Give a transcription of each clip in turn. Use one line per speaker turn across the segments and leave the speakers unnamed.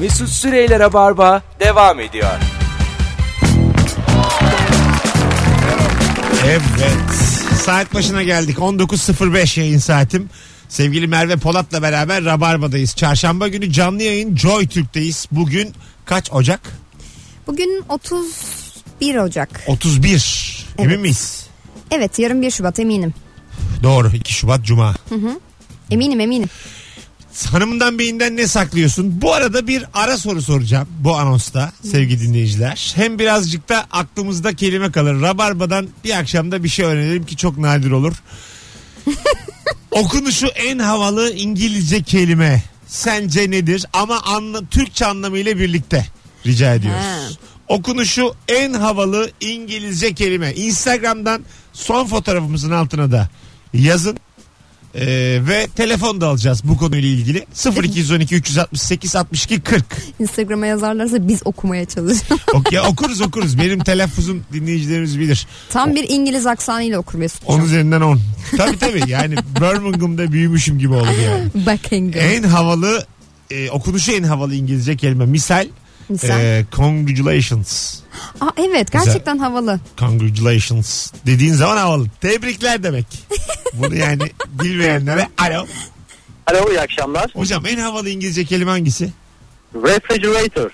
Mesut Süreyler'e barba devam ediyor.
Evet. Saat başına geldik. 19.05 yayın saatim. Sevgili Merve Polat'la beraber Rabarba'dayız. Çarşamba günü canlı yayın Joy Türk'teyiz. Bugün kaç Ocak?
Bugün 31 Ocak.
31. Emin miyiz?
Evet yarın 1 Şubat eminim.
Doğru. 2 Şubat Cuma.
Eminim eminim.
Hanımından beyinden ne saklıyorsun? Bu arada bir ara soru soracağım bu anonsta sevgili dinleyiciler. Hem birazcık da aklımızda kelime kalır. Rabarba'dan bir akşamda bir şey öğrenelim ki çok nadir olur. Okunuşu en havalı İngilizce kelime sence nedir? Ama anla, Türkçe anlamıyla birlikte rica ediyoruz.
Ha.
Okunuşu en havalı İngilizce kelime. Instagram'dan son fotoğrafımızın altına da yazın. Ee, ve telefon da alacağız bu konuyla ilgili. 0212 368 62 40.
Instagram'a yazarlarsa biz okumaya çalışacağız.
Ok, ya okuruz okuruz. Benim telaffuzum dinleyicilerimiz bilir.
Tam bir İngiliz aksanıyla okur
Onun
Mesut'cum.
üzerinden 10. Tabii tabii yani Birmingham'da büyümüşüm gibi oldu yani.
Buckingham.
En havalı e, okunuşu en havalı İngilizce kelime. Misal,
Misal.
e, congratulations.
Aa, evet
Güzel.
gerçekten havalı.
Congratulations dediğin zaman havalı. Tebrikler demek. Bunu yani bilmeyenlere alo.
Alo iyi akşamlar.
Hocam en havalı İngilizce kelime hangisi?
Refrigerator.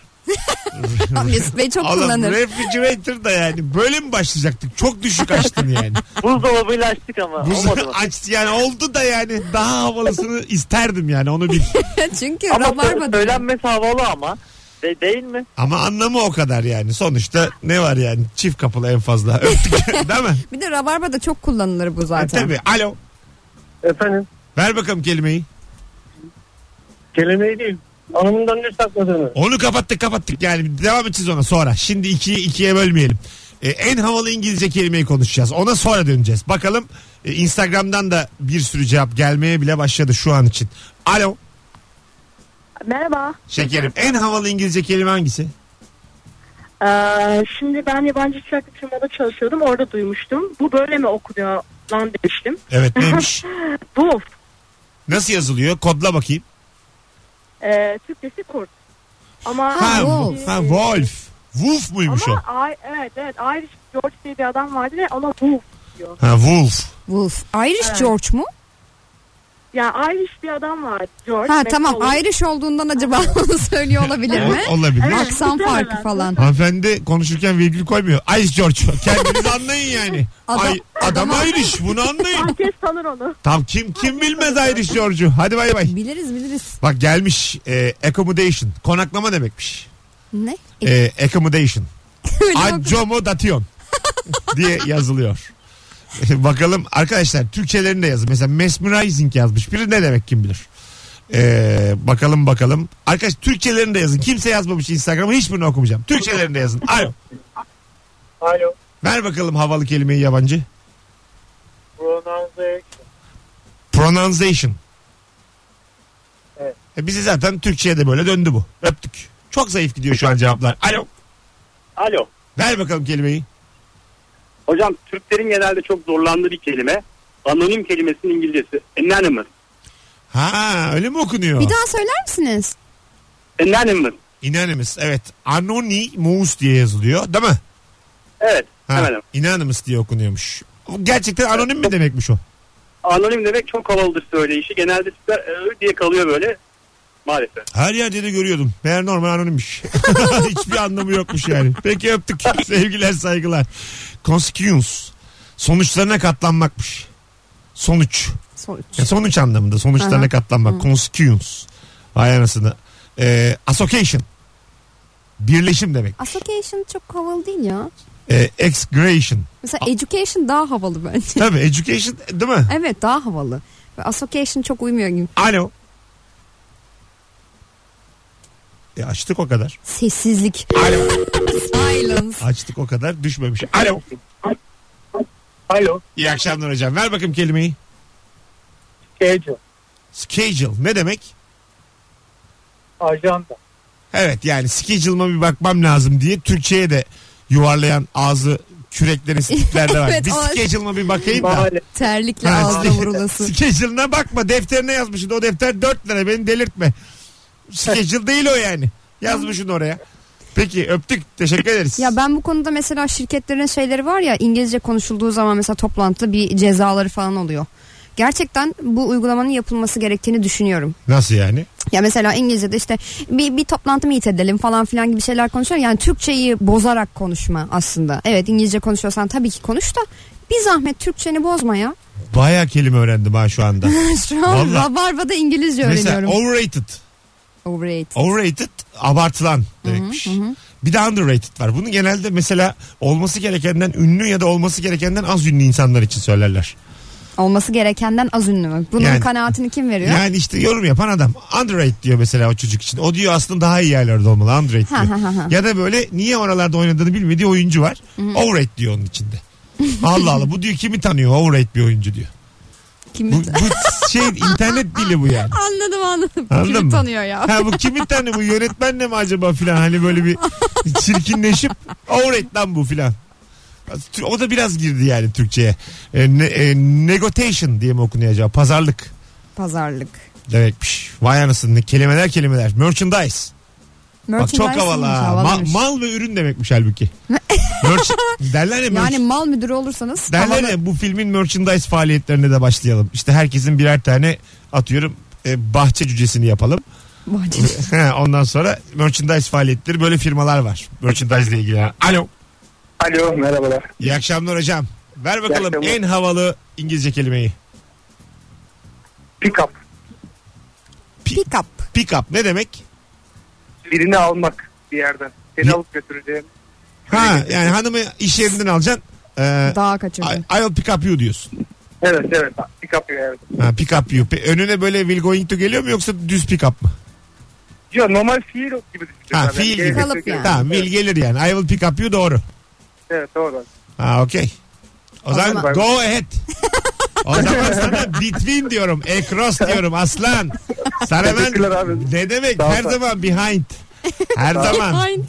Mesut Bey çok
Oğlum,
kullanır.
refrigerator da yani. Böyle mi başlayacaktık? Çok düşük açtın yani.
Buzdolabıyla açtık ama. olmadı
Bu
mı?
açtı yani oldu da yani. Daha havalısını isterdim yani onu bil.
Çünkü
Ama sö-
rabarba
söylenmesi havalı ama. De- değil mi?
Ama anlamı o kadar yani. Sonuçta ne var yani? Çift kapılı en fazla. Öptük. Değil mi?
bir de rabarba da çok kullanılır bu zaten.
E, Tabii. Alo.
Efendim
Ver bakalım kelimeyi.
kelimeyi değil hanımından ne sakladığını.
Onu kapattık kapattık yani. Devam edeceğiz ona sonra. Şimdi ikiye, ikiye bölmeyelim. Ee, en havalı İngilizce kelimeyi konuşacağız. Ona sonra döneceğiz. Bakalım e, Instagram'dan da bir sürü cevap gelmeye bile başladı şu an için. Alo.
Merhaba.
Şekerim. En havalı İngilizce kelime hangisi?
Ee, şimdi ben yabancı uçak bir firmada çalışıyordum. Orada duymuştum. Bu böyle mi okunuyor lan demiştim.
Evet neymiş?
Bu
Nasıl yazılıyor? Kodla bakayım.
e, Türkçesi kurt. Ama
Ha,
Wolf.
Wolf. Ha, Wolf. Wolf muymuş
Ama
o?
ay, evet evet Irish George diye bir adam vardı ve ona bu diyor.
Ha, Wolf.
Wolf. Irish George mu?
Yani Irish bir adam var George.
Ha
Macaulay.
tamam Irish olduğundan acaba onu söylüyor olabilir mi?
O- olabilir.
Evet.
Aksan farkı
Muhtemelen.
falan.
Hanımefendi konuşurken virgül koymuyor. Ice George. Kendiniz anlayın yani.
Adam-
Ay, adam
adam-
Irish. Bunu anlayın.
Herkes tanır onu.
Tam kim kim bilmez Irish George'u. Hadi bay bay.
Biliriz biliriz.
Bak gelmiş e, accommodation. Konaklama demekmiş.
Ne? E,
E, accommodation.
öyle bak-
Accommodation diye yazılıyor. Bakalım arkadaşlar Türkçelerini de yazın. Mesela mesmerizing yazmış. Biri ne demek kim bilir. Ee, bakalım bakalım. Arkadaş Türkçelerini de yazın. Kimse yazmamış Instagram'a hiçbirini okumayacağım. Türkçelerini de yazın. Alo.
Alo.
Ver bakalım havalı kelimeyi yabancı.
Pronounce
Pronunciation.
Evet.
E, bizi zaten Türkçe'ye de böyle döndü bu. Öptük. Çok zayıf gidiyor şu an cevaplar. Alo.
Alo.
Ver bakalım kelimeyi.
Hocam Türklerin genelde çok zorlandığı bir kelime. Anonim kelimesinin İngilizcesi. Anonymous.
Ha öyle mi okunuyor?
Bir daha söyler misiniz?
Anonymous.
Anonymous evet. Anonymous diye yazılıyor değil mi?
Evet.
Ha,
Hemen hemen.
Anonymous diye okunuyormuş. Gerçekten anonim mi demekmiş o?
Anonim demek çok havalıdır söyleyişi. Genelde Türkler "Ö" diye kalıyor böyle. Maalesef.
Her yerde de görüyordum. Meğer normal anonimmiş. Hiçbir anlamı yokmuş yani. Peki öptük. Sevgiler saygılar. Consequence. Sonuçlarına katlanmakmış. Sonuç.
Sonuç.
Ya sonuç anlamında. Sonuçlarına
Aha.
katlanmak. Consequence. Vay anasını. Ee, association. Birleşim demek.
Association çok havalı değil ya.
Ee, excretion.
Mesela education daha havalı bence.
Tabii education değil mi?
evet daha havalı. Ve association çok uymuyor gibi.
Alo. E açtık o kadar.
Sessizlik.
Alo.
Silence.
Açtık o kadar düşmemiş. Alo.
Alo.
İyi akşamlar hocam. Ver bakayım kelimeyi.
Schedule.
Schedule ne demek?
Ajanda.
Evet yani schedule'ıma bir bakmam lazım diye Türkçe'ye de yuvarlayan ağzı küreklerin sikler de var.
Evet,
bir
o-
schedule'ıma bir bakayım da.
Mahalle.
Terlikle
Ha,
ağzına
ske-
vurulası.
Schedule'ına bakma defterine yazmışsın o defter 4 lira beni delirtme. Schedule değil o yani. Yazmışsın oraya. Peki öptük. Teşekkür ederiz.
Ya ben bu konuda mesela şirketlerin şeyleri var ya İngilizce konuşulduğu zaman mesela toplantıda bir cezaları falan oluyor. Gerçekten bu uygulamanın yapılması gerektiğini düşünüyorum.
Nasıl yani?
Ya mesela İngilizce'de işte bir, bir toplantı meet edelim falan filan gibi şeyler konuşuyor. Yani Türkçeyi bozarak konuşma aslında. Evet İngilizce konuşuyorsan tabii ki konuş da bir zahmet Türkçeni bozma ya.
Baya kelime öğrendim ha şu anda.
Şu an
Vallahi.
Rabarba'da İngilizce
Mesela
öğreniyorum.
overrated.
Overrated.
Overrated abartılan demekmiş. Bir de underrated var. Bunu genelde mesela olması gerekenden ünlü ya da olması gerekenden az ünlü insanlar için söylerler.
Olması gerekenden az ünlü mü? Bunun
Yani-
kanaatini kim veriyor?
Yani işte yorum yapan adam underrated diyor mesela o çocuk için. O diyor aslında daha iyi yerlerde olmalı underrated
Ha,
diyor.
ha, ha, ha.
ya da böyle niye oralarda oynadığını bilmediği oyuncu var. Overrated diyor onun içinde. Allah Allah bu diyor kimi tanıyor overrated bir oyuncu diyor.
Kim
Bu, bu şey internet dili bu yani.
Anladım anladım.
Anladın
Kimi
mı?
tanıyor ya?
Ha bu kimin tane bu yönetmenle mi acaba filan hani böyle bir çirkinleşip overrated lan bu filan. O da biraz girdi yani Türkçe'ye. E, ne- e, negotiation diye mi okunuyor acaba? Pazarlık
Pazarlık.
demekmiş. Vay anasını kelimeler kelimeler. Merchandise. Bak
Merchandise
çok havalı
miymiş,
ha. Ma-
havalıymış.
mal ve ürün demekmiş halbuki. Merch- derler ya,
yani
merch-
mal müdürü olursanız
derler
havalı.
ya bu filmin merchandise faaliyetlerine de başlayalım. İşte herkesin birer tane atıyorum e, bahçe cücesini yapalım.
Bahçe-
He, Ondan sonra merchandise faaliyetleri böyle firmalar var. Merchandise ile ilgili. Alo.
Alo merhabalar.
İyi akşamlar hocam. Ver bakalım
akşamlar.
en havalı İngilizce kelimeyi.
Pick up.
Pick up.
Pick up ne demek?
Birini almak bir yerden. Seni
Ye-
alıp götüreceğim.
Ha yani hanımı iş yerinden alacaksın. Ee,
Daha kaçırdı.
I, I'll pick up you diyorsun.
Evet evet. Pick up bir yerden.
Ha, pick up you. Pe- Önüne böyle will going to geliyor mu yoksa düz pick up mı?
Ya normal fiil gibi düşünüyorum.
Ha, fiil gibi.
Kalıp yani.
Tamam will gelir yani. I will pick up you doğru.
Evet doğru.
Ha okey. O,
O
zaman,
zaman-
go ahead. O zaman sana between diyorum. Across diyorum aslan. Sana ben
Teşekkürler abi.
ne demek
Sağ ol,
her
sağ ol.
zaman behind. Her zaman
Behind.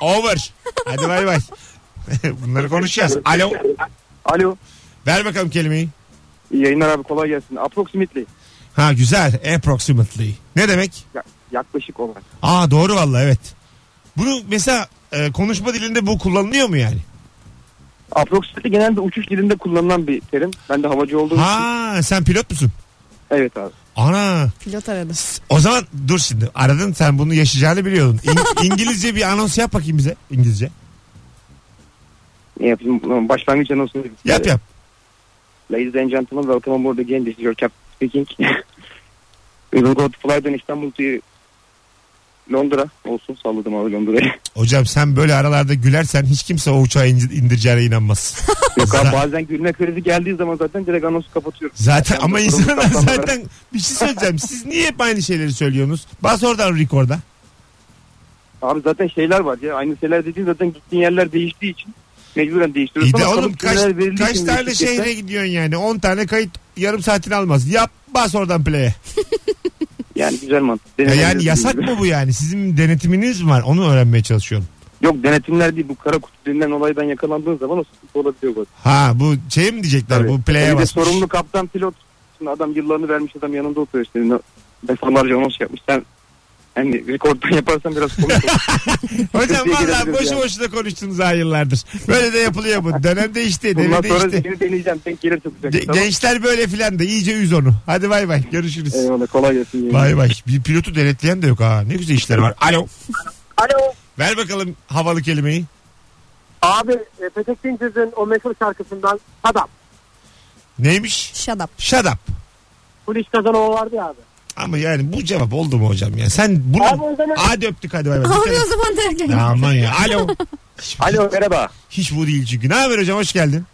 over. Hadi bay bay. Bunları konuşacağız. Alo.
Alo.
Ver bakalım kelimeyi.
İyi yayınlar abi kolay gelsin. Approximately.
Ha güzel. Approximately. Ne demek?
Yaklaşık olarak.
Aa doğru valla evet. Bunu mesela e, konuşma dilinde bu kullanılıyor mu yani?
Approximately genelde uçuş dilinde kullanılan bir terim. Ben de havacı olduğum için.
Ha sen pilot musun?
Evet abi.
Ana
Pilot aradı.
o zaman dur şimdi aradın sen bunu yaşayacağını biliyordun. İng- İngilizce bir anons yap bakayım bize İngilizce.
Ne yapayım? Başlangıç anonsunu.
Yap yap.
Ladies and gentlemen, welcome on board again. This is your captain speaking. We will go to fly from Istanbul to Londra. Olsun salladım abi Londra'yı.
Hocam sen böyle aralarda gülersen hiç kimse o uçağı in- indireceğine inanmaz.
Yok abi
Za-
bazen gülme krizi geldiği zaman zaten direkt anonsu kapatıyorum.
Zaten ama
Yalnız sorumlu
insanlar
kaptanlara-
zaten bir şey söyleyeceğim. Siz niye hep aynı şeyleri söylüyorsunuz? Bas oradan rekorda.
Abi zaten şeyler var ya. Aynı şeyler dediğin zaten gittiğin yerler değiştiği için mecburen değiştiriyorsun.
İyi de
Ama
oğlum
kalıp
kaç,
cümleler verildiği
kaç
için
tane şey-
değişiklikler-
şehre gidiyorsun yani? 10 tane kayıt yarım saatini almaz. Yap bas oradan play'e.
Yani güzel mantık.
Ya yani
Denenebilir
yasak
gibi.
mı bu yani? Sizin denetiminiz mi var? Onu öğrenmeye çalışıyorum.
Yok denetimler değil. Bu kara kutu denilen olaydan yakalandığın zaman o sıkıntı olabiliyor. bazen.
Ha bu şey mi diyecekler?
Tabii.
Bu play'e
Bir de
bas.
sorumlu kaptan pilot. Şimdi adam yıllarını vermiş adam yanında oturuyor işte. Ne- Defalarca anons yapmış. Sen hani rekordan yaparsan biraz komik olur.
Hocam
Türkiye'ye
valla
gelebiliriz
boşu
yani.
boşuna konuştunuz ha yıllardır. Böyle de yapılıyor bu. Dönem değişti.
Bundan
Devir
sonra
değişti.
seni deneyeceğim. Denk gelir tutacak.
Ge-
tamam.
Gençler böyle filan da iyice üz onu. Hadi bay bay görüşürüz.
Eyvallah kolay gelsin.
Bay bay. Bir pilotu denetleyen de yok ha. Ne güzel işleri var. Alo.
Alo.
Ver bakalım havalı kelimeyi.
Abi e, Petek Dinçöz'ün o meşhur şarkısından Adam.
Neymiş?
Shut up.
Shut up.
Polis kazanova vardı ya abi.
Ama yani bu cevap oldu mu hocam ya? Sen
Abi
bunu...
o zaman-
Hadi öptük hadi bay bay. Bir
Abi
tane-
o zaman
Ya
derken.
Aman ya. Alo.
Alo merhaba.
Hiç bu değil çünkü. Ne haber hocam hoş geldin.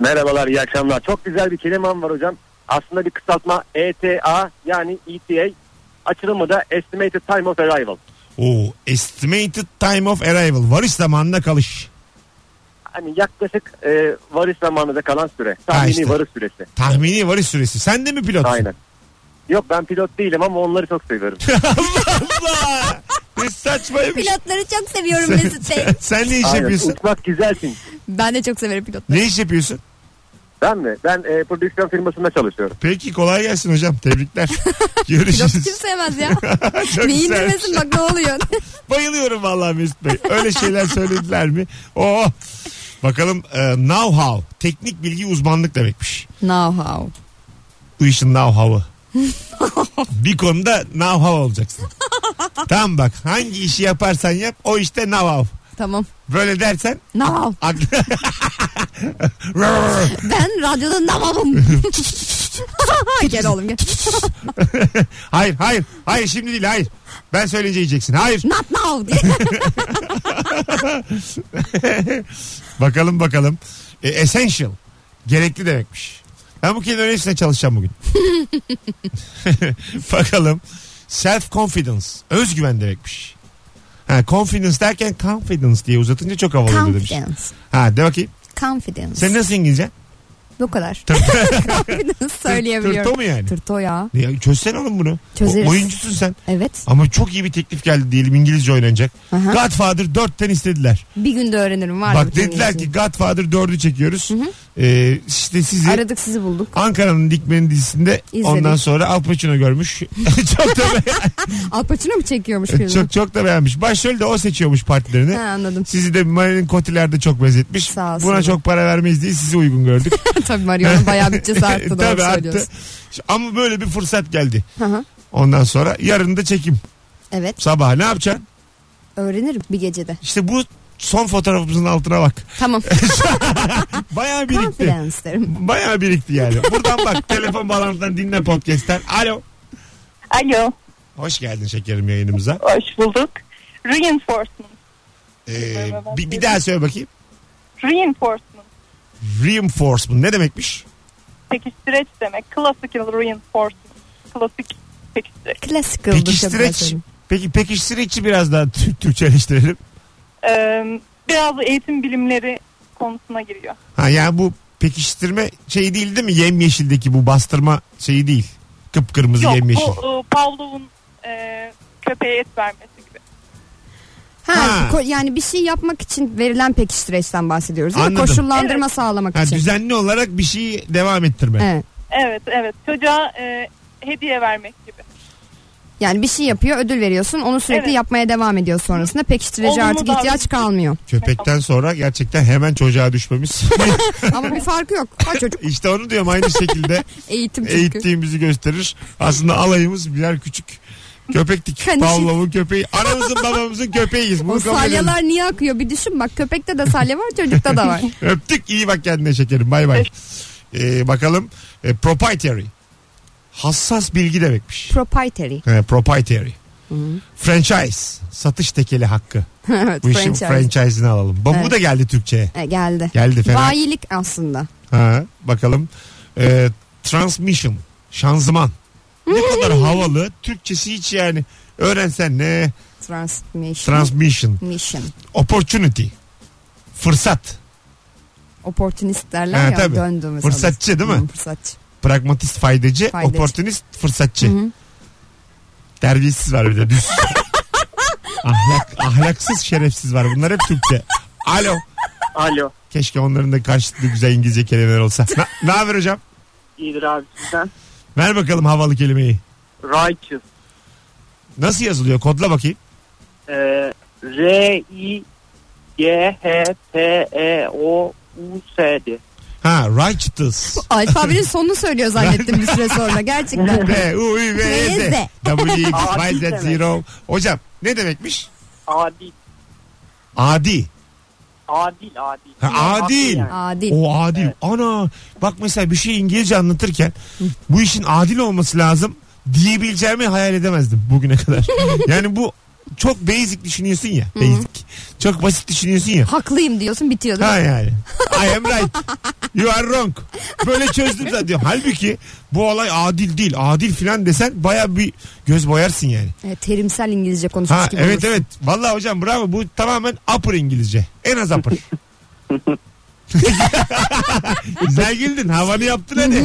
Merhabalar iyi akşamlar. Çok güzel bir kelimem var hocam. Aslında bir kısaltma ETA yani ETA açılımı da Estimated Time of Arrival.
Oo, estimated time of arrival. Varış zamanında kalış.
Hani yaklaşık e, varış zamanında kalan süre. Tahmini
işte.
varış süresi.
Tahmini varış süresi. Sen de mi pilotsun?
Aynen. Yok ben pilot değilim ama onları çok seviyorum.
Allah Allah. Ne saçmaymış.
Pilotları çok seviyorum Mesut şey. Bey.
Sen ne iş
Aynen.
yapıyorsun?
Uçmak güzelsin.
Ben de çok severim pilotları.
Ne iş yapıyorsun?
Tamam mı? Ben e, prodüksiyon firmasında çalışıyorum.
Peki kolay gelsin hocam. Tebrikler.
Pilot
Görüşürüz.
kim sevmez ya. Neyin
güzel.
demesin bak ne oluyor.
Bayılıyorum vallahi Mesut Bey. Öyle şeyler söylediler mi? Oo. Bakalım e, know how. Teknik bilgi uzmanlık demekmiş.
Now how.
Bu işin know how'ı. bir konuda know how olacaksın. tamam bak hangi işi yaparsan yap o işte know how.
Tamam.
Böyle dersen
Now how.
aklı-
Ben radyoda now how'um. gel oğlum gel.
hayır hayır hayır şimdi değil hayır. Ben söyleyince yiyeceksin. Hayır.
Not now diye.
Bakalım bakalım. E, essential. Gerekli demekmiş. Ben bu kelimenin hepsine çalışacağım bugün. bakalım. Self confidence. Özgüven demekmiş. Ha, confidence derken confidence diye uzatınca çok havalı oluyor demiş.
Confidence.
Ha de bakayım.
Confidence.
Sen nasıl İngilizce?
Bu kadar. Confidence söyleyebiliyorum.
Tırto mu yani?
Tırto ya.
Ya çözsen oğlum bunu.
Çözeriz.
O- oyuncusun sen.
Evet.
Ama çok iyi bir teklif geldi diyelim İngilizce oynanacak.
Aha.
Godfather 4'ten istediler.
Bir günde öğrenirim var.
Bak
bütün
dediler ki
İngilizceyi.
Godfather 4'ü çekiyoruz. Ee, işte sizi
Aradık sizi bulduk.
Ankara'nın Dikmeni dizisinde
İzledik.
ondan sonra Al Pacino görmüş. çok da be-
Al Pacino mu çekiyormuş filmi?
E, çok çok da beğenmiş. Başrolü de o seçiyormuş partilerini.
Ha, anladım.
Sizi de Mario'nun kotilerde çok benzetmiş.
Sağ olsun.
Buna çok para vermeyiz diye sizi uygun gördük.
Tabii Mario'nun bayağı bütçesi arttı. doğru
E, Tabii arttı.
söylüyorsun.
Ama böyle bir fırsat geldi.
Hı hı.
Ondan sonra yarın da çekim.
Evet
Sabah ne yapacaksın?
öğrenirim bir gecede.
İşte bu son fotoğrafımızın altına bak.
Tamam.
Bayağı birikti.
Confidence derim.
Bayağı birikti yani. Buradan bak telefon bağlantıdan dinle podcast'ten. Alo.
Alo,
Hoş geldin şekerim yayınımıza.
hoş bulduk. Reinforcement,
Ee, bir, bir daha söyle bakayım.
reinforcement.
Reinforcement ne demekmiş?
Pekiştireç demek. Classical reinforcement. Klasik pekiştireç.
Klasik oldu.
Pekiştireç. Peki pekiştireçi biraz daha Türk, Türkçeleştirelim.
Ee, biraz da eğitim bilimleri konusuna giriyor.
Ha yani bu pekiştirme şey değil değil mi? Yemyeşildeki bu bastırma şeyi değil. Kıpkırmızı
Yok,
yemyeşil.
bu e, Pavlov'un e, köpeğe et vermesi gibi.
Ha,
Ha.
ko- yani bir şey yapmak için verilen pekiştireçten bahsediyoruz değil mi?
Anladım.
Koşullandırma sağlamak
Ha,
için.
düzenli olarak bir şeyi devam ettirme.
Evet.
Evet, evet. Çocuğa e, hediye vermek gibi.
Yani bir şey yapıyor ödül veriyorsun onu sürekli
Evet.
yapmaya devam ediyor sonrasında pekiştirece
Olumlu
artık ihtiyaç
davranış.
kalmıyor.
Köpekten sonra gerçekten hemen çocuğa düşmemiz.
Ama bir farkı yok. Ha çocuk
işte onu diyorum aynı şekilde
eğitim çünkü.
eğittiğimizi gösterir. Aslında alayımız birer küçük köpektik.
Hani şey-
Pavlov'un köpeği. Anamızın babamızın köpeğiyiz.
O
Bunu kabul edelim.
salyalar niye akıyor bir düşün bak köpekte de salya var çocukta da var.
Öptük iyi bak kendine şekerim bay bay. Ee, bakalım e, proprietary. Hassas bilgi demekmiş.
Proprietary.
He, proprietary. Franchise. Satış tekeli hakkı.
evet
Bu işin
franchise.
franchise'ini alalım. Bak, Bu
Evet.
da geldi Türkçe'ye.
E, geldi.
Geldi fena.
Bayilik aslında.
Ha, bakalım. Ee, transmission. Şanzıman. Ne kadar havalı. Türkçesi hiç yani. Öğrensen ne?
Transmission.
Transmission.
Mission.
Opportunity. Fırsat.
Opportunist derler
Ha,
ya
tabii.
döndü mesela.
Fırsatçı değil mi?
Hı, fırsatçı.
pragmatist faydacı,
Faydacı.
opportunist fırsatçı.
Hı hı.
Terbiyesiz var bir de düz. Ahlak, ahlaksız şerefsiz var. Bunlar hep Türkçe. Alo.
Alo.
Keşke onların da karşılıklı güzel İngilizce kelimeler olsa. Na- Ne haber hocam?
İyidir abi sizden.
Ver bakalım havalı kelimeyi.
Righteous.
Nasıl yazılıyor? Kodla bakayım.
R I G H T E O U S D.
Ha righteous.
Alfabenin sonunu söylüyor zannettim bir süre sonra gerçekten.
B, U, I, V, Z.
Neyse.
W, X, Y,
Adi
Z,
demek.
zero. Hocam ne demekmiş?
Adil.
Adi.
Adil adil.
Ha, adil.
Yani.
Adil.
O adil. Ana bak mesela bir şey İngilizce anlatırken bu işin adil olması lazım diyebileceğimi hayal edemezdim bugüne kadar. yani bu çok basic düşünüyorsun ya. Basic. Çok basit düşünüyorsun ya.
Haklıyım diyorsun bitiyor değil mi?
Ha yani. I am right. You are wrong. Böyle çözdüm zaten. diyorum. Halbuki bu olay adil değil. Adil filan desen baya bir göz boyarsın yani.
E, terimsel İngilizce konuşmuş
Ha
gibi
evet
olursun.
evet. Vallahi hocam bravo. Bu tamamen upper İngilizce. En az upper. Güzel güldün. Havanı yaptın hadi.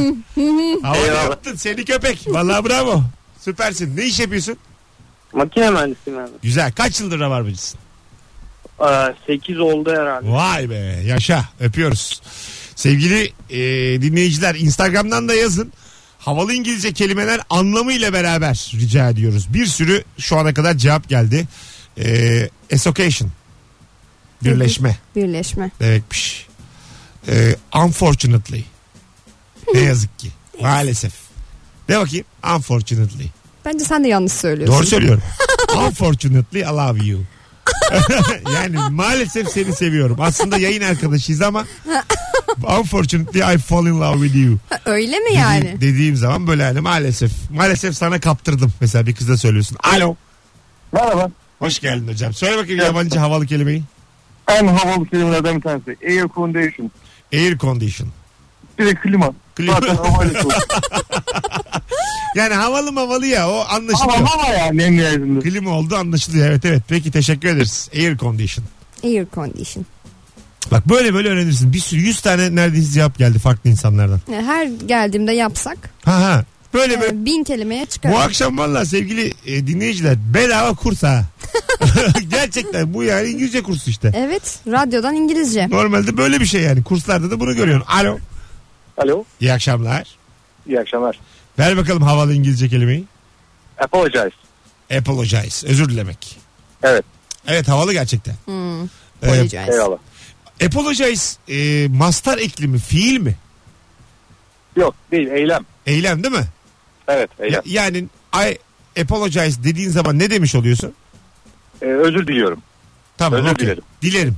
Havanı
Eyvallah.
yaptın. Seni köpek. Vallahi bravo. Süpersin. Ne iş yapıyorsun?
Makine mühendisiyim abi.
Güzel. Kaç yıldır rabarbacısın?
8 oldu herhalde.
Vay be. Yaşa. Öpüyoruz. Sevgili e, dinleyiciler Instagram'dan da yazın. Havalı İngilizce kelimeler anlamıyla beraber rica ediyoruz. Bir sürü şu ana kadar cevap geldi. E, assocation. Birleşme
Birleşme.
demekmiş. E, unfortunately. Ne yazık ki. Maalesef. De bakayım. Unfortunately.
Bence sen de yanlış söylüyorsun.
Doğru söylüyorum. Unfortunately I love you. yani maalesef seni seviyorum. Aslında yayın arkadaşıyız ama unfortunately I fall in love with you.
Ha, Öyle mi
Dediğim-
yani?
Dediğim, zaman böyle yani maalesef. Maalesef sana kaptırdım. Mesela bir kıza söylüyorsun. Alo.
Merhaba.
Hoş geldin hocam. Söyle bakayım yabancı havalı kelimeyi.
En havalı kelimelerden bir tanesi. Air condition.
Air condition.
Bir de klima.
Klima.
Zaten havayla soğuk.
Yani havalı mavalı ya o anlaşılıyor.
Ama hava yani en nihayetinde.
Klima oldu anlaşılıyor. Evet evet. Peki teşekkür ederiz. Air condition.
Air condition.
Bak böyle böyle öğrenirsin. Bir sürü 100 tane neredeyse cevap geldi farklı insanlardan.
Yani Her geldiğimde yapsak
Ha ha. Böyle böyle
e, bin kelimeye çıkar.
Bu akşam valla sevgili e, dinleyiciler bedava kurs ha. Gerçekten bu yani İngilizce kursu işte.
Evet radyodan İngilizce.
Normalde böyle bir şey yani. Kurslarda da bunu görüyorsun. Alo.
Alo.
İyi akşamlar.
İyi akşamlar.
Ver bakalım havalı İngilizce kelimeyi.
Apologize.
Apologize. Özür dilemek.
Evet.
Evet havalı gerçekten.
Hmm.
Ee,
Apologize.
Eyvallah.
apologize e, mastar eklimi fiil mi?
Yok değil eylem.
Eylem değil mi?
Evet eylem.
Ya- yani I apologize dediğin zaman ne demiş oluyorsun?
Ee, özür diliyorum.
Tamam.
Özür
okey.
dilerim.
Dilerim.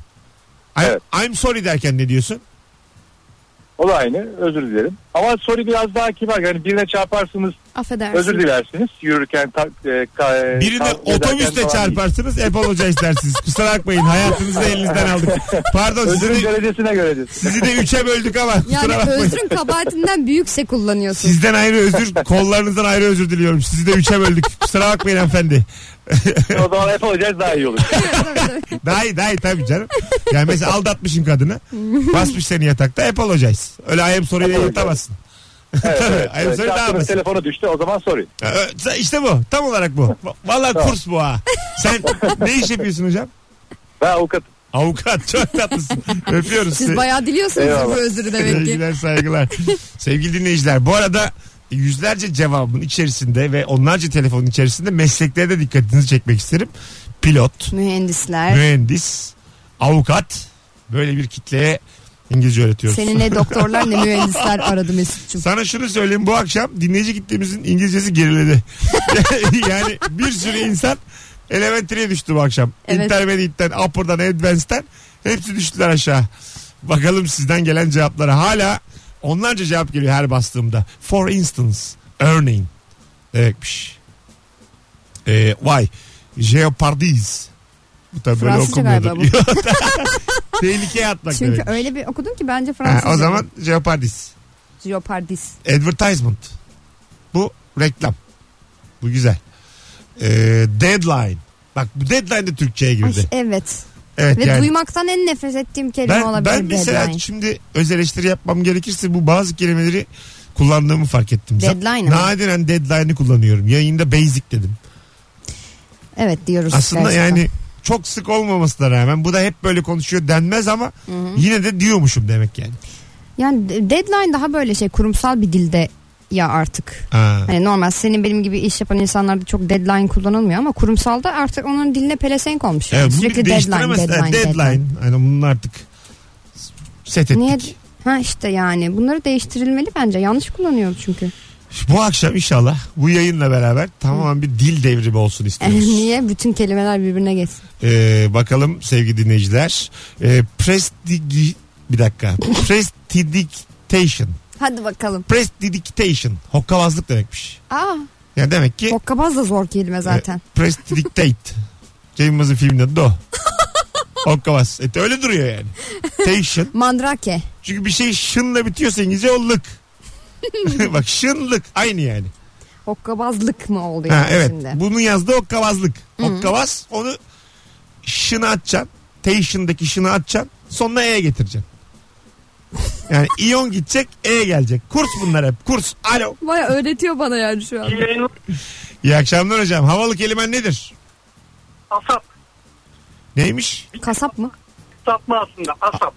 I-
Evet.
I'm sorry derken ne diyorsun?
O da aynı özür dilerim. Ama sorry biraz daha kibar. Yani birine çarparsınız
Affedersin.
özür dilersiniz. Yürürken ta, e, ka-
Birini
kavga ederken
otobüsle
falan değil.
çarparsınız apologize dersiniz. Kusura bakmayın hayatınızı da elinizden aldık. Pardon sizi
Özürün
de,
derecesine göredir.
sizi de üçe böldük ama kusura
Yani
bakmayın.
özrün kabahatinden büyükse kullanıyorsun.
Sizden ayrı özür, kollarınızdan ayrı özür diliyorum. Sizi de üçe böldük. Kusura bakmayın hanımefendi.
o zaman yapacağız daha iyi olur.
Daha iyi, daha iyi tabii canım. Yani mesela aldatmışsın kadını. Basmış seni yatakta apologize. Öyle ayıp soruyla
Apologize.
yatamazsın.
Evet,
Tabii,
evet.
ayıp
Evet,
söyle, ne
çarptınız,
yapasın?
telefonu düştü o zaman sorry.
Ee, İşte bu. Tam olarak bu. Vallahi kurs bu ha. Sen ne iş yapıyorsun hocam?
Ben avukatım.
Avukat çok tatlısın. Öpüyoruz.
Siz
seni.
bayağı diliyorsunuz
Eyvallah.
bu özrü demek ki.
Sevgiler saygılar. Sevgili dinleyiciler bu arada yüzlerce cevabın içerisinde ve onlarca telefonun içerisinde mesleklere de dikkatinizi çekmek isterim. Pilot,
Mühendisler.
mühendis, avukat böyle bir kitleye İngilizce öğretiyoruz.
Seni ne doktorlar ne mühendisler aradı Mesut'cum.
Sana şunu söyleyeyim bu akşam dinleyici kitlemizin İngilizcesi geriledi. yani bir sürü insan elementary'e düştü bu akşam.
Evet.
Intermediate'den, upper'dan, advanced'den hepsi düştüler aşağı. Bakalım sizden gelen cevaplara. Hala onlarca cevap geliyor her bastığımda. For instance, earning demekmiş. Ee, why? Jeopardies. Bu tabii böyle
Fransızca
okunmuyordur.
galiba
Tehlikeye atmak
Çünkü
demekmiş.
öyle bir okudum ki bence
Ha,
Fransızca.
o zaman Jeopardies.
Jeopardis.
Advertisement. Bu reklam. Bu güzel. Ee, deadline. Bak bu deadline de Türkçe'ye
Ay,
girdi.
evet.
evet
Ve
yani.
duymaktan en nefret ettiğim kelime
ben,
olabilir.
ben mesela
deadline.
şimdi öz eleştiri yapmam gerekirse bu bazı kelimeleri kullandığımı fark ettim.
Deadline ama.
Nadiren deadline'ı kullanıyorum. Yayında basic dedim.
Evet diyoruz.
Aslında
gerçekten.
yani çok sık olmamasına rağmen bu da hep böyle konuşuyor denmez ama yine de diyormuşum demek yani.
Yani de- deadline daha böyle şey kurumsal bir dilde ya artık.
Ha.
Hani normal senin benim gibi iş yapan insanlarda çok deadline kullanılmıyor ama kurumsalda artık onun diline pelesenk olmuş. Yani
Evet, bunu bir
Sürekli deadline,
değiştiremezsin. Ha,
deadline, deadline.
deadline. Hani bunun artık set ettik.
Niye? Ha işte yani bunları değiştirilmeli bence. Yanlış kullanıyoruz çünkü.
Bu akşam inşallah bu yayınla beraber tamamen bir dil devrimi olsun istiyoruz.
Niye bütün kelimeler birbirine geçsin?
Ee, bakalım sevgili dinleyiciler. Ee, prestigi bir dakika. Prestidigitation.
Hadi bakalım.
Prestidigitation. Hokkabazlık demekmiş.
Aa,
Yani demek ki
hokkabaz da zor kelime zaten.
prestidigitate. Cem Yılmaz'ın filminin adı da o. Hokkabaz. E, öyle duruyor yani. Tation.
Mandrake.
Çünkü bir şey şınla bitiyorsa İngilizce o lık. Bak şınlık aynı yani.
Hokkabazlık mı oldu
Ha,
yani
evet.
şimdi?
Bunun yazdığı okkavazlık. Okkavaz onu şını atacaksın. Tation'daki şını atacaksın. Sonuna E getireceksin. Yani iyon gidecek E gelecek. Kurs bunlar hep. Kurs. Alo.
Baya öğretiyor bana yani şu an.
İyi akşamlar hocam. Havalı kelimen nedir?
Asap.
Neymiş?
Kasap mı?
Satma aslında. Asap.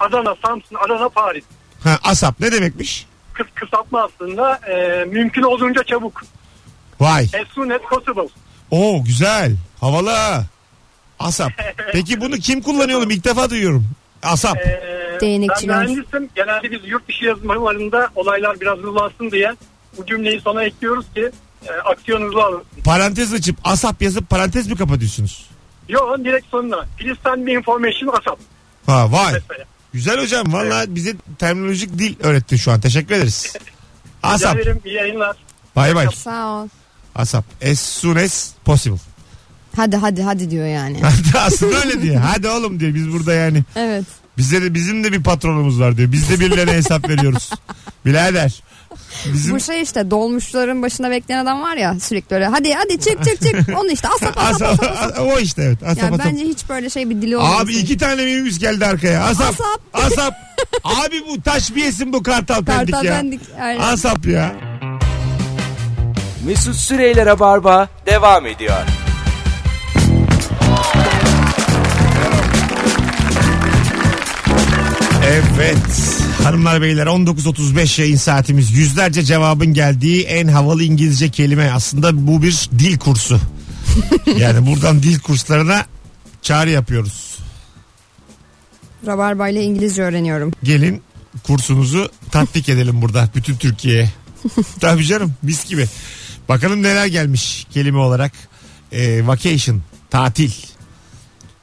Adana, Samsun, Adana, Paris.
Ha, ASAP ne demekmiş?
Kıs, kısaltma aslında. E, mümkün olduğunca çabuk.
Vay.
As soon as possible.
Oo güzel. Havalı. ha. ASAP. Peki bunu kim kullanıyor oğlum? İlk defa duyuyorum. ASAP.
E, ben
Değnekçiler.
mühendisim. Genelde biz yurt dışı yazılımlarında olaylar biraz hızlansın diye bu cümleyi sona ekliyoruz ki e, aksiyon hızlı alın.
Parantez açıp ASAP yazıp parantez mi kapatıyorsunuz?
Yo direkt sonuna. Please send me information asap.
Ha vay.
Mesela.
Güzel hocam. Valla bize terminolojik dil öğrettin şu an. Teşekkür ederiz.
Rica
ASAP.
ederim. İyi yayınlar.
Bay bay.
Sağ ol.
ASAP. As soon as possible.
Hadi hadi hadi diyor yani.
Aslında öyle diyor. Hadi oğlum diyor. Biz burada yani
evet.
Bize de bizim de bir patronumuz var diyor. Biz de birilerine hesap veriyoruz. Birader. Bizim
Bu şey işte dolmuşların başında bekleyen adam var ya sürekli öyle hadi hadi çık çık çık onu işte asap asap
Asap-
asap.
a- o işte evet. Asap
Yani
asap.
bence hiç böyle şey bir dili olmaz.
Abi iki tane minibüs geldi arkaya. Asap. Asap.
Asap.
Abi bu taş bir yesin bu kartal, pendik
Kartal
ya.
bendik. aynen.
Asap ya.
Mesut Süreyler'e barba devam ediyor.
Evet. Hanımlar beyler 19.35 yayın saatimiz. Yüzlerce cevabın geldiği en havalı İngilizce kelime. Aslında bu bir dil kursu. yani buradan dil kurslarına çağrı yapıyoruz.
Rabarbayla İngilizce öğreniyorum.
gelin kursunuzu tatbik edelim burada bütün Türkiye'ye. Tabii canım mis gibi. Bakalım neler gelmiş kelime olarak. Ee, vacation, tatil,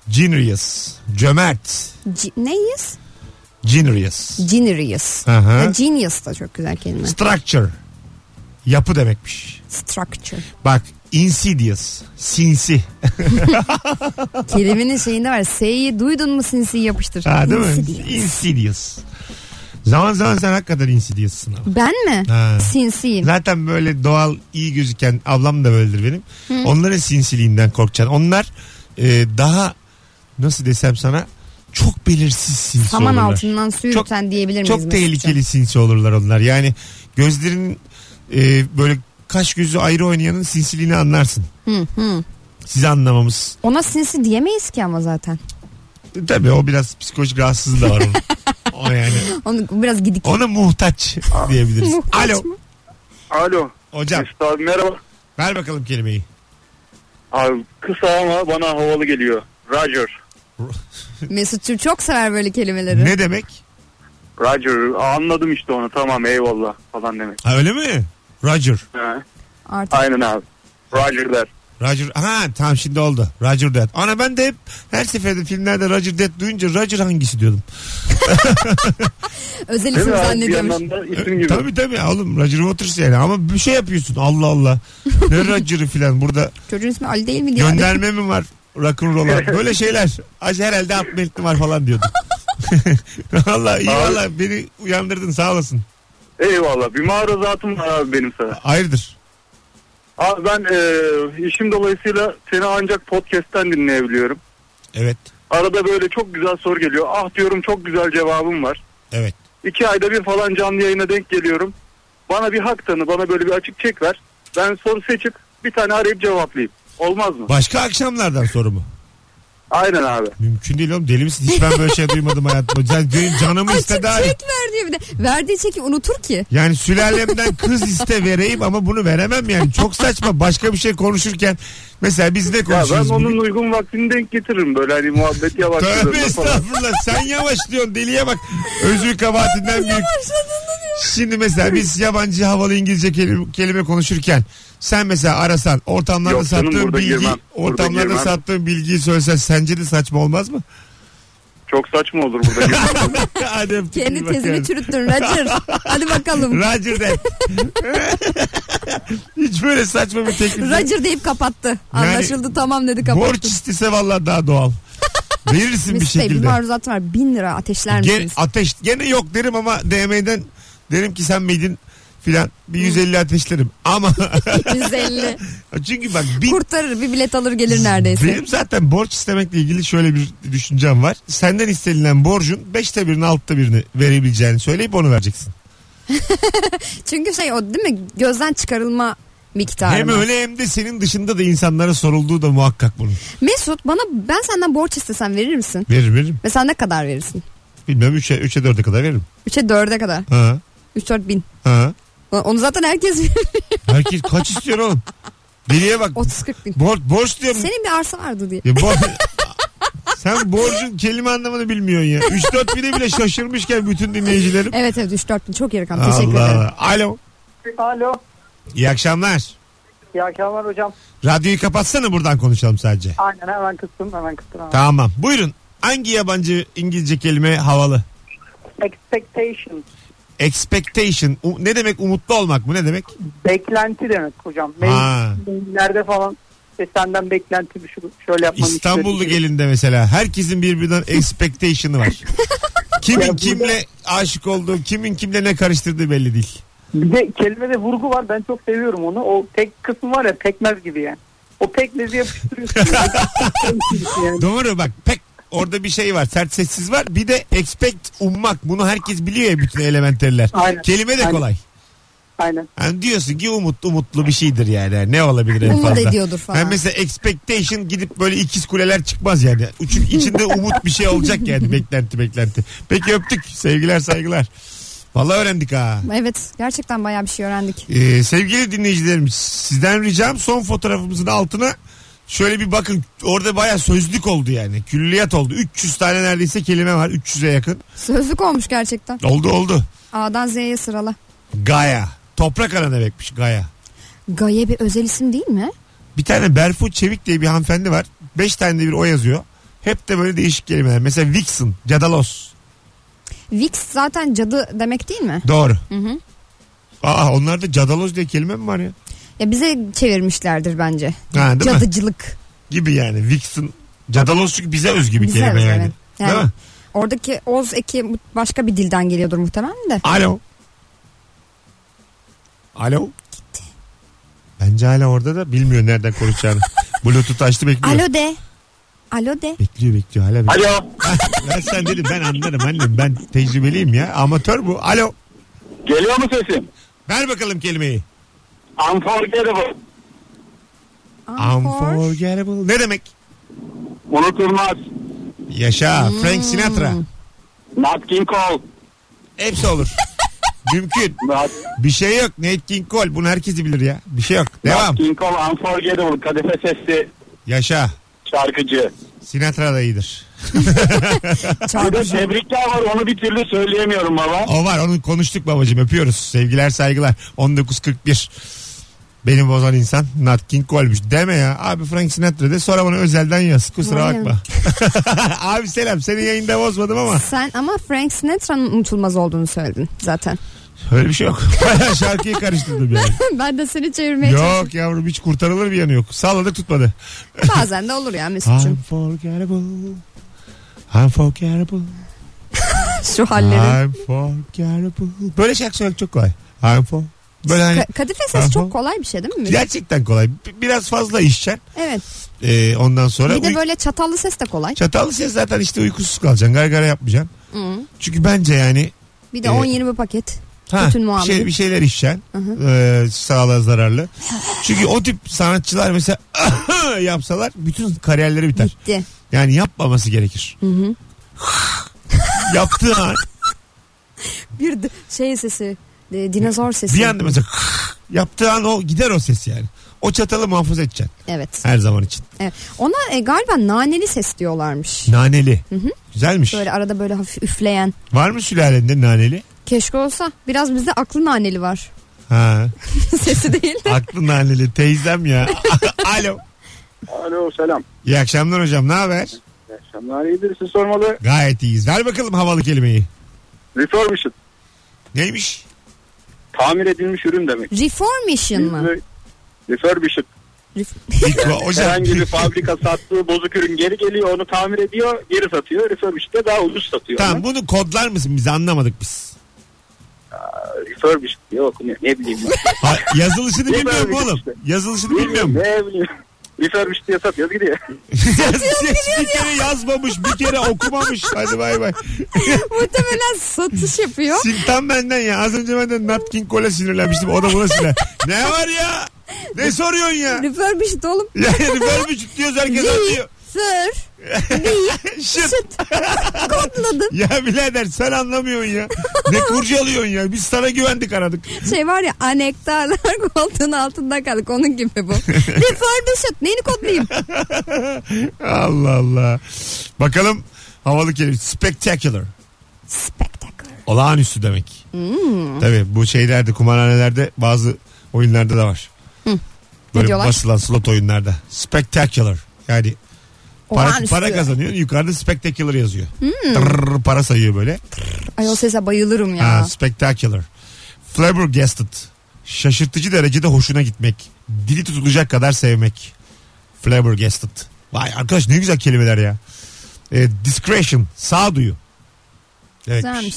generous, cömert,
C- neyiz?
generous,
Genius.
Aha.
Ha, Genius da çok güzel kelime.
structure, yapı demekmiş.
Structure.
Bak insidious, sinsi.
Kelimenin şeyinde var. S'yi duydun mu sinsi yapıştır.
Ha, değil
Insidious.
mi? Insidious. Zaman zaman sen hakikaten insidious'sın ama.
Ben mi?
Ha.
Sinsiyim.
Zaten böyle doğal iyi gözüken ablam da böyledir benim. Onların sinsiliğinden korkacaksın. Onlar e, daha nasıl desem sana çok belirsiz sinsi
Saman
olurlar.
altından su yürüten diyebilir miyiz?
Çok
Mesut'cum?
tehlikeli sinsi olurlar onlar. Yani gözlerin e, böyle kaş gözü ayrı oynayanın sinsiliğini anlarsın.
Hı, hı.
Sizi anlamamız.
Ona sinsi diyemeyiz ki ama zaten.
E, Tabii o biraz psikolojik rahatsızlığı da var onun. o yani.
Onu biraz gidik.
Ona muhtaç diyebiliriz.
Muhtaç
Alo
mı?
Alo.
hocam
Mesut abi merhaba.
ver bakalım kelimeyi.
Abi kısa ama bana havalı geliyor. Roger.
Mesut'cum çok sever böyle kelimeleri.
Şey- Ne demek?
Roger anladım işte onu tamam eyvallah falan demek.
Ha, öyle mi? Roger.
Ha,
Artık
Aynen abi. Roger der.
Roger ha tamam şimdi oldu. Roger Dead. Ana ben de hep her seferinde filmlerde Roger Dead duyunca Roger hangisi diyordum.
özel
Değil
isim
mi abi? Bir
zannediyormuş.
yandan da isim gibi.
Tabii tabii oğlum Roger Waters yani ama bir şey yapıyorsun Allah Allah. Ne Roger'ı filan burada
Çocuğun ismi Ali değil mi diye.
gönderme mi var? Rock'n'roll'a böyle şeyler. Ay herhalde abmetli var falan diyordum. valla iyi
Abi.
valla beni uyandırdın sağ olasın.
Eyvallah. Bir maruzatım var abi benim sana.
Hayırdır?
Abi ben e, işim dolayısıyla seni ancak podcast'ten dinleyebiliyorum.
Evet.
Arada böyle çok güzel soru geliyor. Ah diyorum çok güzel cevabım var.
Evet.
İki ayda bir falan canlı yayına denk geliyorum. Bana bir hak tanı, bana böyle bir açık çek ver. Ben soru seçip bir tane arayıp cevaplayayım. Olmaz mı?
Başka akşamlardan soru mu?
Aynen abi.
Mümkün değil oğlum deli misin? Hiç ben böyle şey duymadım hayatımda. Sen benim canımı
Açık
istedi
şey.
abi.
çek ver diyor bir de. Verdiği çeki unutur ki.
Yani sülalemden kız iste vereyim ama bunu veremem yani. Çok saçma. Başka bir şey konuşurken mesela biz ne
Ya ben
konuşuyoruz?
onun
bugün?
uygun vaktini denk getiririm böyle hani muhabbet
Tövbe
yavaşlığında falan.
estağfurullah sen yavaşlıyorsun deliye bak. Özür kabahatinden büyük. Şimdi mesela biz yabancı havalı İngilizce kelime, kelime konuşurken sen mesela arasan ortamlarda
Yok canım,
sattığın
burada
bilgi
girmem. Burada
ortamlarda
girmem.
sattığın bilgiyi söylesen sence de saçma olmaz mı?
Çok saçma olur burada.
Adem,
Kendi
iyi bak
tezini
yani.
çürüttün Roger. Hadi bakalım.
Roger de. Hiç böyle saçma bir teklif. yok.
Roger deyip kapattı. Anlaşıldı tamam dedi kapattı.
Borç istese valla daha doğal. Verirsin bir
Mesut Bey bir
şekilde.
maruzat var. Bin lira ateşler
Gene,
misiniz?
ateş gene yok derim ama DM'den derim ki sen miydin filan bir 150 ateşlerim ama
150.
çünkü bak bir
Kurtarır bir bilet alır gelir neredeyse.
benim zaten borç istemekle ilgili şöyle bir düşüncem var. Senden istenilen borcun 5'te birini altta birini verebileceğini söyleyip onu vereceksin.
Çünkü şey o değil mi gözden çıkarılma miktarı.
Hem
mı?
öyle hem de senin dışında da insanlara sorulduğu da muhakkak bunun.
Mesut bana ben senden borç istesem verir misin?
Verir veririm.
Mesela ne kadar verirsin?
Bilmiyorum 3'e, 3'e 4'e kadar veririm.
3'e 4'e kadar.
Ha.
3-4 bin.
Ha.
Onu zaten herkes
Herkes kaç istiyor oğlum? Deliye bak.
30-40 bin.
Bor, borç diyorum.
Senin bir arsa vardı diye.
Ya bor... Sen borcun kelime anlamını bilmiyorsun ya. 3-4 bine bile şaşırmışken bütün dinleyicilerim.
Evet evet 3-4 bin çok iyi rakam. Teşekkür
Allah
ederim.
Allah. Alo.
Alo.
İyi akşamlar.
İyi akşamlar hocam.
Radyoyu kapatsana buradan konuşalım sadece.
Aynen hemen kıstım hemen kıstım. Hemen.
Tamam. Buyurun. Hangi yabancı İngilizce kelime havalı?
Expectation.
Expectation. U- ne demek umutlu olmak mı? Ne demek?
Beklenti demek hocam.
Ha.
Maillerde falan e, senden beklentim şu şöyle yapmanı
İstanbullu
istedim.
gelinde mesela herkesin birbirinden expectation'ı var. Kimin kimle aşık olduğu, kimin kimle ne karıştırdığı belli değil.
Bir de kelimede vurgu var ben çok seviyorum onu. O pek kısmı var ya pekmez gibi yani. O pekmezi yapıştırıyorsun. yani.
Doğru bak pek orada bir şey var. Sert sessiz var. Bir de expect ummak. Bunu herkes biliyor ya bütün elementerler.
Aynen.
Kelime de
Aynen.
kolay.
Aynen.
Yani diyorsun ki umut umutlu bir şeydir yani. Yani ne olabilir en
Umut
fazla?
ediyordur falan.
Yani mesela expectation gidip böyle ikiz kuleler çıkmaz yani. Çünkü içinde umut bir şey olacak yani. Beklenti beklenti. Peki öptük. Sevgiler saygılar. Vallahi öğrendik ha.
Evet gerçekten bayağı bir şey öğrendik.
Ee, sevgili dinleyicilerimiz sizden ricam son fotoğrafımızın altına şöyle bir bakın. Orada baya sözlük oldu yani. Külliyat oldu. 300 tane neredeyse kelime var. 300'e yakın.
Sözlük olmuş gerçekten.
Oldu oldu.
A'dan Z'ye sırala.
Gaya. Toprak ana demekmiş Gaya.
Gaye bir özel isim değil mi?
Bir tane Berfu Çevik diye bir hanımefendi var. 5 tane de bir o yazıyor. Hep de böyle değişik kelimeler. Mesela Vixen, Cadalos.
Vix zaten cadı demek değil mi?
Doğru.
Hı hı.
Aa onlarda Cadalos diye kelime mi var ya?
Ya bize çevirmişlerdir bence.
Ha, değil mi?
Cadıcılık.
Gibi yani. Vixen, Cadalos çünkü bize özgü bir
Bize
kelime
özgü,
yani.
evet. Yani-
Değil mi?
Oradaki oz eki başka bir dilden geliyordur muhtemelen de.
Alo. Alo. Bence hala orada da bilmiyor nereden konuşacağını. Bluetooth açtı bekliyor.
Alo de. Alo de.
Bekliyor bekliyor hala bekliyor. Ah,
Alo.
ben sen dedim ben anlarım annem ben tecrübeliyim ya amatör bu. Alo.
Geliyor mu sesim?
Ver bakalım kelimeyi.
Unforgettable.
Anfor.
Unforgettable. Ne demek?
Unutulmaz.
Yaşa. Frank Sinatra.
Nat King Cole.
Hepsi olur. Mümkün.
Nat,
Bir şey yok. Nate King Cole. Bunu herkes bilir ya. Bir şey yok. Devam.
King Cole Unforgettable. Kadife sesli
Yaşa.
şarkıcı.
Sinatra da iyidir.
Bir de tebrikler var onu bir türlü söyleyemiyorum baba.
O var onu konuştuk babacığım öpüyoruz. Sevgiler saygılar 1941. Beni bozan insan Nat King Cole'muş. Deme ya. Abi Frank Sinatra de sonra bana özelden yaz. Kusura
Vay
bakma. Abi selam. Seni yayında bozmadım ama.
Sen ama Frank Sinatra'nın unutulmaz olduğunu söyledin zaten.
Öyle bir şey yok. Bayağı şarkıyı karıştırdım yani.
ben de seni çevirmeye çalıştım.
yok yavrum hiç kurtarılır bir yanı yok. Salladık tutmadı.
Bazen de olur ya Mesut'cum.
Unforgettable. Unforgettable.
Şu halleri.
Unforgettable. Böyle şarkı söylemek çok kolay. Unfor. Böyle hani
Ka- Kadife ses
Aha.
çok kolay bir şey değil mi?
gerçekten kolay. B- Biraz fazla işçen.
Evet.
Ee, ondan sonra
Bir de
uy-
böyle çatallı ses de kolay.
çatallı ses zaten işte uykusuz kalacaksın. Gargara yapmayacaksın.
Hı.
Çünkü bence yani
Bir de
Ee,
10-20 paket. Bütün
bir,
muhabbet.
şey, bir şeyler içeceksin. Ee, sağlığa zararlı. Çünkü o tip sanatçılar mesela yapsalar bütün kariyerleri biter.
Bitti.
Yani yapmaması gerekir. Yaptığı an
Bir de- şey sesi. e, Dinozor sesi.
bir anda mesela yaptığı an o gider o ses yani. O çatalı muhafaza edeceksin
Evet.
her zaman için.
evet. Ona e, galiba naneli ses diyorlarmış.
Naneli. Güzelmiş.
Böyle arada böyle hafif üfleyen.
Var mı sülalende naneli?
Keşke olsa. Biraz bizde aklı naneli var.
Ha.
Sesi değil de.
Aklın naneli teyzem ya. Alo.
Alo selam.
İyi akşamlar hocam. Ne haber?
İyi akşamlar iyidir siz sormalı.
Gayet iyiyiz. Ver bakalım havalı kelimeyi.
Reformation.
Neymiş?
Tamir edilmiş ürün demek.
Reformation mı?
Refurbished.
Ref-
Niko, hocam.
Herhangi bir fabrika sattığı bozuk ürün geri geliyor onu tamir ediyor geri satıyor. Refurbished de daha ucuz satıyor.
Tamam bunu kodlar mısın? Biz anlamadık biz.
Refurbished diye okunuyor ne bileyim.
Ha, yazılışını
Ne
bilmiyorum
vermiş
oğlum.
işte.
Yazılışını bilmiyorum.
Ne bileyim. Refurbished diye satıyoruz gidiyor.
bir kere yazmamış, bir kere okumamış. Hadi bay bay.
Muhtemelen satış yapıyor.
Sin- Tam benden ya. Az önce ben de Nat King Cole'a sinirlenmiştim. O da buna sinirlen. ne var ya? Ne soruyorsun ya?
Refurbished oğlum.
Yani vermiş diyoruz herkes
Re-
anlıyor.
Sır.
Şıt.
Şıt. Kodladım.
Ya birader sen anlamıyorsun ya. Ne kurcalıyorsun ya. Biz sana güvendik aradık.
Şey var ya anektarlar koltuğun altında kaldık onun gibi bu. Refurbished neyini kodlayayım?
Allah Allah. Bakalım havalı kelime. Spectacular.
Spectacular. Hmm.
Olağanüstü demek. Tabii bu şeylerde kumarhanelerde bazı oyunlarda da var. Böyle
diyorlar?
basılan slot oyunlarda. Spectacular. Yani para,
Olağanüstü. Hmm.
para kazanıyorsun yukarıda spectacular yazıyor. Tırrrr para sayıyor böyle.
Ay o sese bayılırım ya.
Ha, spectacular. Flabbergasted. Şaşırtıcı derecede hoşuna gitmek. Dili tutulacak kadar sevmek. Flabbergasted. Vay arkadaş ne güzel kelimeler ya. E, discretion. Sağduyu. Evet.
Güzelmiş.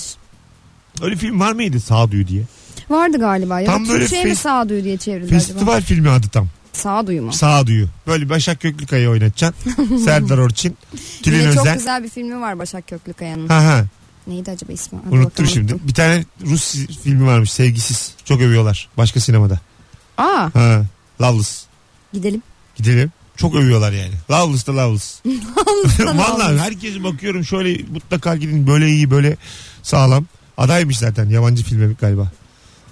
Öyle film var mıydı sağduyu diye?
Vardı galiba ya.
Tam
Tam
böyle
Türkçe'ye mi
fes-
sağduyu diye çevrildi
Festival
acaba?
filmi adı tam.
Sağduyu mu?
Sağduyu. Böyle Başak Köklükay'ı oynatacaksın. Serdar Orçin.
Yine
Tülin
çok
Özen.
güzel bir filmi var Başak Köklükaya'nın.
Ha ha.
Neydi acaba ismi? Hadi
Unuttum
bakalım,
şimdi. Bir tane Rus filmi varmış sevgisiz. Çok övüyorlar. Başka sinemada.
Aa
Ha. Loveless.
gidelim.
Gidelim. Çok övüyorlar yani. Loveless da Loveless.
Loveless.
Valla herkese bakıyorum şöyle mutlaka gidin böyle iyi böyle sağlam. Adaymış zaten yabancı filme galiba.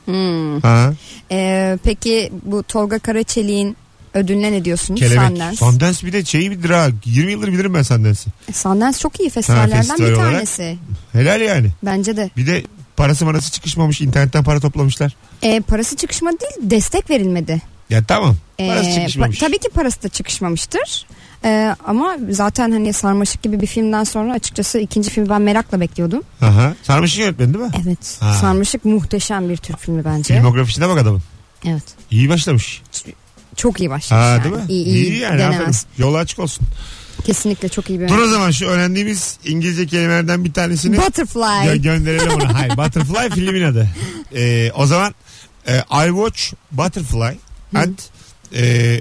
Hmm.
Ha,
Ee, peki bu Tolga Karaçelik'in ödülüne ne diyorsunuz?
kelebek.
Sundance.
Sundance bir de şeyi bilir ha. 20 yıldır bilirim ben Sundance'i.
E, Sundance çok iyi festivallerden
Ha, festival
bir
olarak.
tanesi.
Helal yani.
Bence de.
Bir de parası marası çıkışmamış. internetten para toplamışlar.
E, parası çıkışma değil destek verilmedi.
Ya tamam.
E,
Parası çıkışmamış.
pa- tabii ki parası da çıkışmamıştır. E, ama zaten hani Sarmaşık gibi bir filmden sonra açıkçası ikinci filmi ben merakla bekliyordum.
Aha. Sarmış'ın yönetmeni değil mi?
Evet.
Ha.
Sarmaşık muhteşem bir Türk filmi bence.
Filmografisine bak adamın.
Evet.
İyi başlamış.
Çok iyi başlamış
Ha,
yani.
değil mi?
İyi, iyi,
aferin.
denemez.
Yolu açık olsun.
Kesinlikle çok iyi bir
Dur o zaman şu öğrendiğimiz İngilizce kelimelerden bir tanesini
Butterfly.
Gö- gönderelim ona. Hayır, Butterfly filmin adı. Ee, o zaman e, I watch Butterfly and e,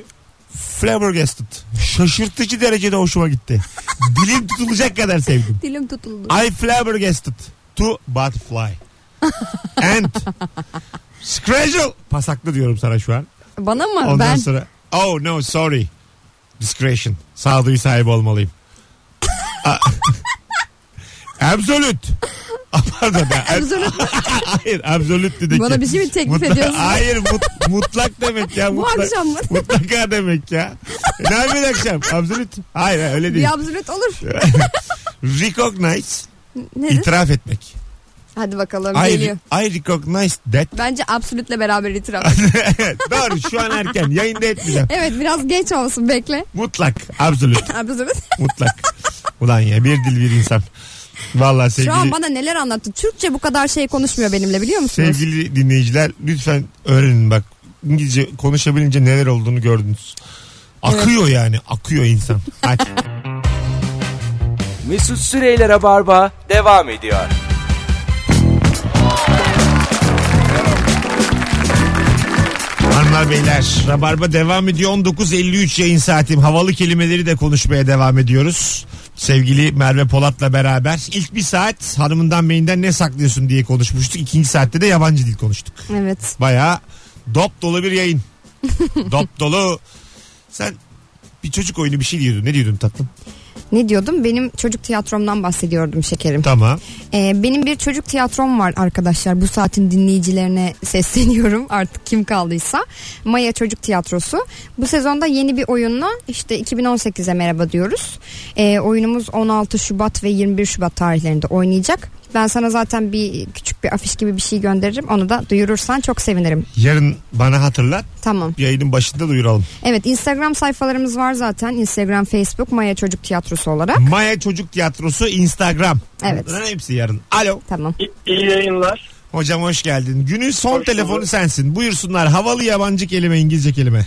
Flabbergasted. Şaşırtıcı derecede hoşuma gitti. Dilim tutulacak kadar sevdim.
Dilim tutuldu.
I flabbergasted to butterfly. And Scratchel. Pasaklı diyorum sana şu an.
Bana mı?
Ondan
ben
sonra oh no sorry. Discretion. Sağduyu sahibi olmalıyım. A- Absolute. Ah, Pardon ya.
Absolute
Hayır absolute dedi ki.
Bana bir şey mi teklif
Mutla-
ediyorsun?
Hayır mut- mutlak demek ya.
Bu
mutlak,
akşam mı?
Mutlaka demek ya. ne yapayım akşam? Absolute. Hayır öyle değil.
bir absürt olur.
recognize.
Nedir?
itiraf etmek.
Hadi bakalım
I,
geliyor.
I recognize that.
Bence absolütle beraber itiraf.
Doğru şu an erken. Yayında etmeyeceğim.
evet biraz geç olsun bekle.
Mutlak. Absolute.
Absolute.
Mutlak. Ulan ya bir dil bir insan. Vallahi
Şu an
sevgili,
bana neler anlattı. Türkçe bu kadar şey konuşmuyor benimle biliyor musunuz?
sevgili dinleyiciler lütfen öğrenin bak. İngilizce konuşabilince neler olduğunu gördünüz. Akıyor yani akıyor insan. Hadi.
Mesut Süreyler'e barba devam ediyor.
Hanımlar beyler Rabarba devam ediyor 19.53 yayın saatim havalı kelimeleri de konuşmaya devam ediyoruz. Sevgili Merve Polat'la beraber ilk bir saat hanımından beyinden ne saklıyorsun diye konuşmuştuk. İkinci saatte de yabancı dil konuştuk.
Evet.
Baya dop dolu bir yayın. dop dolu. Sen bir çocuk oyunu bir şey diyordun. Ne diyordun tatlım?
Ne diyordum? Benim çocuk tiyatromdan bahsediyordum şekerim.
Tamam.
Ee, benim bir çocuk tiyatrom var arkadaşlar. Bu saatin dinleyicilerine sesleniyorum artık kim kaldıysa. Maya Çocuk Tiyatrosu. Bu sezonda yeni bir oyunla işte 2018'e merhaba diyoruz. Ee, oyunumuz 16 Şubat ve 21 Şubat tarihlerinde oynayacak. Ben sana zaten bir küçük bir afiş gibi bir şey gönderirim. Onu da duyurursan çok sevinirim.
Yarın bana hatırlat.
Tamam.
Yayının başında duyuralım.
Evet Instagram sayfalarımız var zaten. Instagram, Facebook Maya Çocuk Tiyatrosu olarak.
Maya Çocuk Tiyatrosu Instagram.
Evet.
Bunların hepsi yarın. Alo.
Tamam.
İ- İyi yayınlar.
Hocam hoş geldin. Günün son
Hoş
telefonu
bulduk.
sensin. Buyursunlar. Havalı yabancı kelime, İngilizce kelime.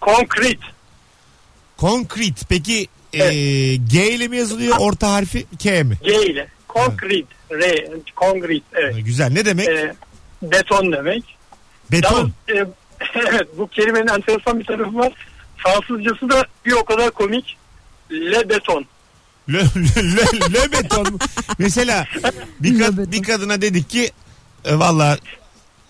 Konkret.
Concrete. Peki eee, G ile mi yazılıyor? Orta harfi K mi?
G ile. Konkret. R. Konkret. Evet.
Güzel. Ne demek?
E, beton demek. Yalnız,
Beton.
e, evet bu kelimenin enteresan bir tarafı var. Fransızcası da bir o kadar komik. Le beton.
Le, le- le- le beton. mu? Mesela bir, kad- bir kadına dedik ki e, valla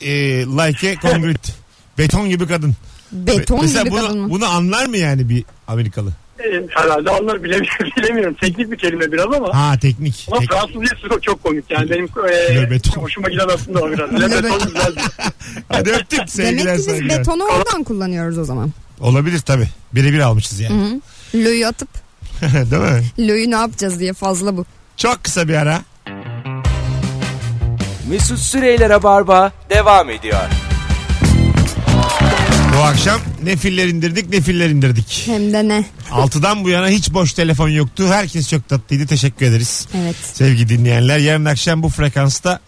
e, like a concrete. Beton gibi kadın.
Beton
Mesela
gibi
bunu,
kadın mı?
bunu anlar mı yani bir Amerikalı?
e, herhalde anlar bilemiyorum, bilemiyorum. Teknik bir kelime biraz ama.
Ha teknik.
Ama
Tek-
Fransızcası çok- çok komik yani benim e,
Löbeton.
hoşuma giden aslında o biraz. Lebeton güzel bir
Hadi öptük sevgiler
Demek ki biz
saygılar.
betonu oradan kullanıyoruz o zaman.
Olabilir tabi. Birebir almışız yani.
Lö'yü atıp
Değil mi?
lö'yü ne yapacağız diye fazla bu.
Çok kısa bir ara.
Mesut Süreyler'e barba devam ediyor.
Bu akşam ne filler indirdik ne filler indirdik.
Hem de ne?
Altıdan bu yana hiç boş telefon yoktu. Herkes çok tatlıydı. Teşekkür ederiz.
Evet.
Sevgili dinleyenler yarın akşam bu frekansta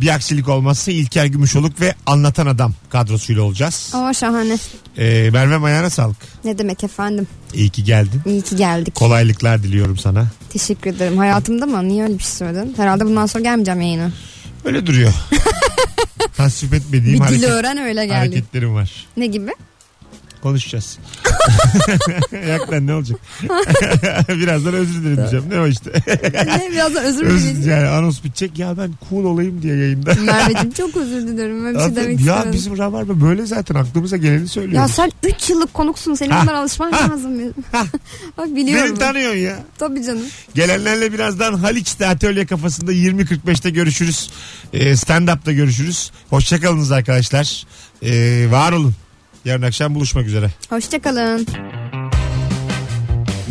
bir aksilik olmazsa İlker Gümüşoluk ve Anlatan Adam kadrosuyla olacağız.
Aa şahane.
Ee, Merve Mayan'a sağlık.
Ne demek efendim?
İyi ki geldin.
İyi ki geldik.
Kolaylıklar diliyorum sana.
Teşekkür ederim. Hayatımda mı? Niye öyle bir şey söyledin? Herhalde bundan sonra gelmeyeceğim yayına.
Öyle duruyor. Tasvip etmediğim
Bir dil
hareket-
öğren öyle geldi.
hareketlerim var.
Ne gibi?
Konuşacağız. Yaklan ne olacak? Birazdan özür dilerim diyeceğim. Ne o işte?
Ne? Birazdan özür
özür
dileyeceğim.
yani anons bitecek. Ya ben cool olayım diye yayında.
Merveciğim çok özür dilerim. Öyle bir şey demek
ya
istemedim.
bizim Rabarba böyle zaten aklımıza geleni söylüyor.
Ya sen 3 yıllık konuksun. Senin
Ha,
bunlara alışman
ha,
lazım. Bak biliyorum.
Beni tanıyorsun ya.
Tabii canım.
Gelenlerle birazdan Haliç'te atölye kafasında 20.45'te görüşürüz. Ee, Stand-up'ta görüşürüz. Hoşçakalınız arkadaşlar. Ee, var olun. Yarın akşam buluşmak üzere.
Hoşçakalın.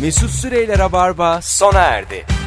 Mesut Süreyler'e barba sona erdi.